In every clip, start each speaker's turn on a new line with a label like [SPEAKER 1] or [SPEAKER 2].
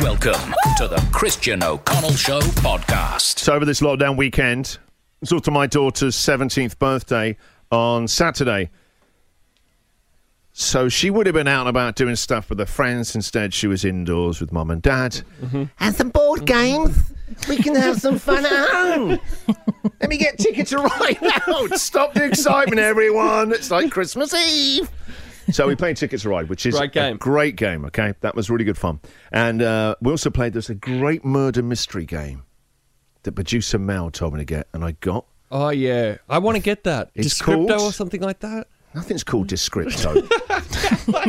[SPEAKER 1] Welcome to the Christian O'Connell Show podcast.
[SPEAKER 2] So over this lockdown weekend, it's also my daughter's 17th birthday on Saturday. So she would have been out and about doing stuff with her friends. Instead, she was indoors with mum and dad. And some board games. We can have some fun at home. Let me get tickets right now. Stop the excitement, everyone. It's like Christmas Eve. So we played Tickets to Ride, which is
[SPEAKER 3] Great
[SPEAKER 2] a
[SPEAKER 3] game.
[SPEAKER 2] great game, okay? That was really good fun. And uh, we also played this a great murder mystery game that producer Mel told me to get, and I got.
[SPEAKER 3] Oh yeah, I want to get that.
[SPEAKER 2] It's
[SPEAKER 3] Descripto
[SPEAKER 2] called-
[SPEAKER 3] or something like that.
[SPEAKER 2] Nothing's called Descripto.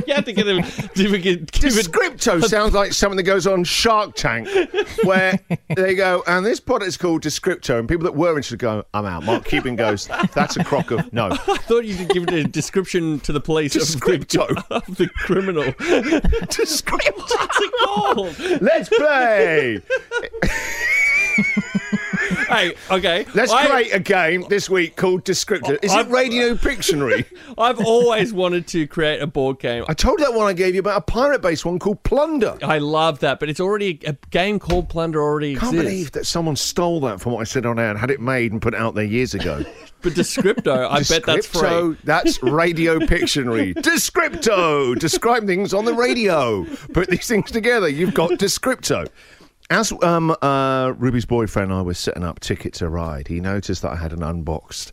[SPEAKER 3] you had to give him, give, it- give it-
[SPEAKER 2] Descripto sounds like something that goes on Shark Tank, where they go, and this product's called Descripto, and people that were interested go, I'm out. Mark Cuban goes, that's a crock of no.
[SPEAKER 3] I thought you could give it a description to the police of the,
[SPEAKER 2] Descripto.
[SPEAKER 3] of the criminal.
[SPEAKER 2] Descripto.
[SPEAKER 3] Oh.
[SPEAKER 2] Let's play.
[SPEAKER 3] hey, okay.
[SPEAKER 2] Let's
[SPEAKER 3] I,
[SPEAKER 2] create a game this week called Descripto. Is it
[SPEAKER 3] I've-
[SPEAKER 2] Radio Pictionary?
[SPEAKER 3] I've always wanted to create a board game.
[SPEAKER 2] I told you that one I gave you about a pirate-based one called Plunder.
[SPEAKER 3] I love that, but it's already a game called Plunder already
[SPEAKER 2] can't
[SPEAKER 3] exists.
[SPEAKER 2] believe that someone stole that from what I said on air and had it made and put it out there years ago.
[SPEAKER 3] But Descripto, I bet that's free.
[SPEAKER 2] Descripto, that's radio Pictionary. Descripto, describe things on the radio. Put these things together. You've got Descripto. As um, uh, Ruby's boyfriend and I was setting up Ticket to Ride, he noticed that I had an unboxed,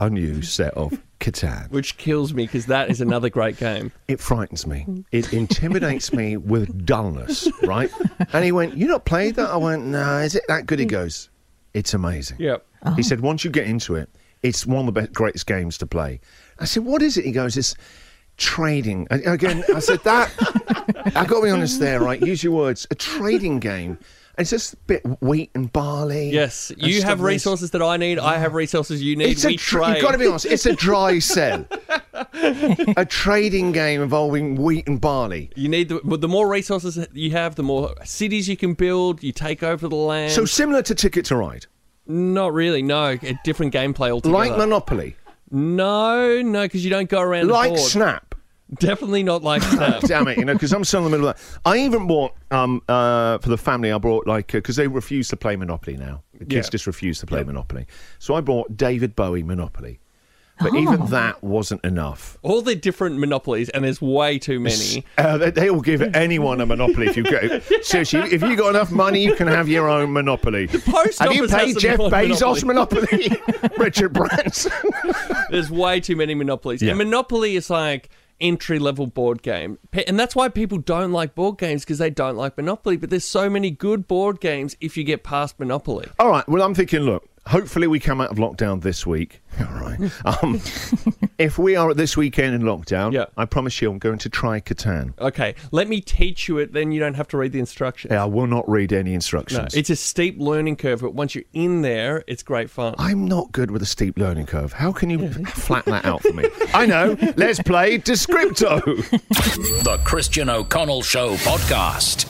[SPEAKER 2] unused set of Catan.
[SPEAKER 3] Which kills me because that is another great game.
[SPEAKER 2] It frightens me. It intimidates me with dullness, right? And he went, You not played that? I went, No, is it that good? He goes, It's amazing.
[SPEAKER 3] Yep.
[SPEAKER 2] He said, once you get into it, it's one of the best, greatest games to play. I said, what is it? He goes, it's trading. And again, I said, that, i got to be honest there, right? Use your words. A trading game. It's just a bit wheat and barley.
[SPEAKER 3] Yes,
[SPEAKER 2] and
[SPEAKER 3] you
[SPEAKER 2] stuff
[SPEAKER 3] have
[SPEAKER 2] like this.
[SPEAKER 3] resources that I need. I have resources you need.
[SPEAKER 2] It's
[SPEAKER 3] we
[SPEAKER 2] a tr-
[SPEAKER 3] trade.
[SPEAKER 2] you've got to be honest, it's a dry sell. a trading game involving wheat and barley.
[SPEAKER 3] You need the, the more resources that you have, the more cities you can build. You take over the land.
[SPEAKER 2] So similar to Ticket to Ride,
[SPEAKER 3] not really. No, a different gameplay altogether.
[SPEAKER 2] like Monopoly,
[SPEAKER 3] no, no, because you don't go around
[SPEAKER 2] like
[SPEAKER 3] the board.
[SPEAKER 2] Snap.
[SPEAKER 3] Definitely not like Snap.
[SPEAKER 2] damn it, you know, because I'm still in the middle of that. I even bought um, uh, for the family. I brought like because they refuse to play Monopoly now. The kids
[SPEAKER 3] Yeah.
[SPEAKER 2] just refuse to play Monopoly. So I bought David Bowie Monopoly, but even that wasn't enough.
[SPEAKER 3] All the different monopolies, and there's way too many.
[SPEAKER 2] Uh, they, they will give anyone a monopoly if you go. Seriously, if you got enough money, you can have your own monopoly.
[SPEAKER 3] post
[SPEAKER 2] have you
[SPEAKER 3] office has
[SPEAKER 2] paid
[SPEAKER 3] a
[SPEAKER 2] Jeff
[SPEAKER 3] monopoly.
[SPEAKER 2] Bezos monopoly? Richard Branson.
[SPEAKER 3] There's way too many monopolies.
[SPEAKER 2] Yeah.
[SPEAKER 3] And Monopoly is like entry level board game, Pe- and that's why people don't like board games because they don't like Monopoly. But there's so many good board games if you get past Monopoly.
[SPEAKER 2] All right. Well, I'm thinking. Look, hopefully we come out of lockdown this week. All right. Um, if we are at this weekend in lockdown,
[SPEAKER 3] Yeah.
[SPEAKER 2] I promise you, I'm going to try Catan.
[SPEAKER 3] Okay, let me teach you it, then you don't have to read the instructions.
[SPEAKER 2] Yeah, I will not read any
[SPEAKER 3] No,
[SPEAKER 2] instructions.
[SPEAKER 3] it's a steep learning curve, but once you're in there, it's great fun.
[SPEAKER 2] I'm not good with a steep learning curve. How can you flatten that out for me? I know. Let's play Descripto.
[SPEAKER 1] The Christian O'Connell Show podcast.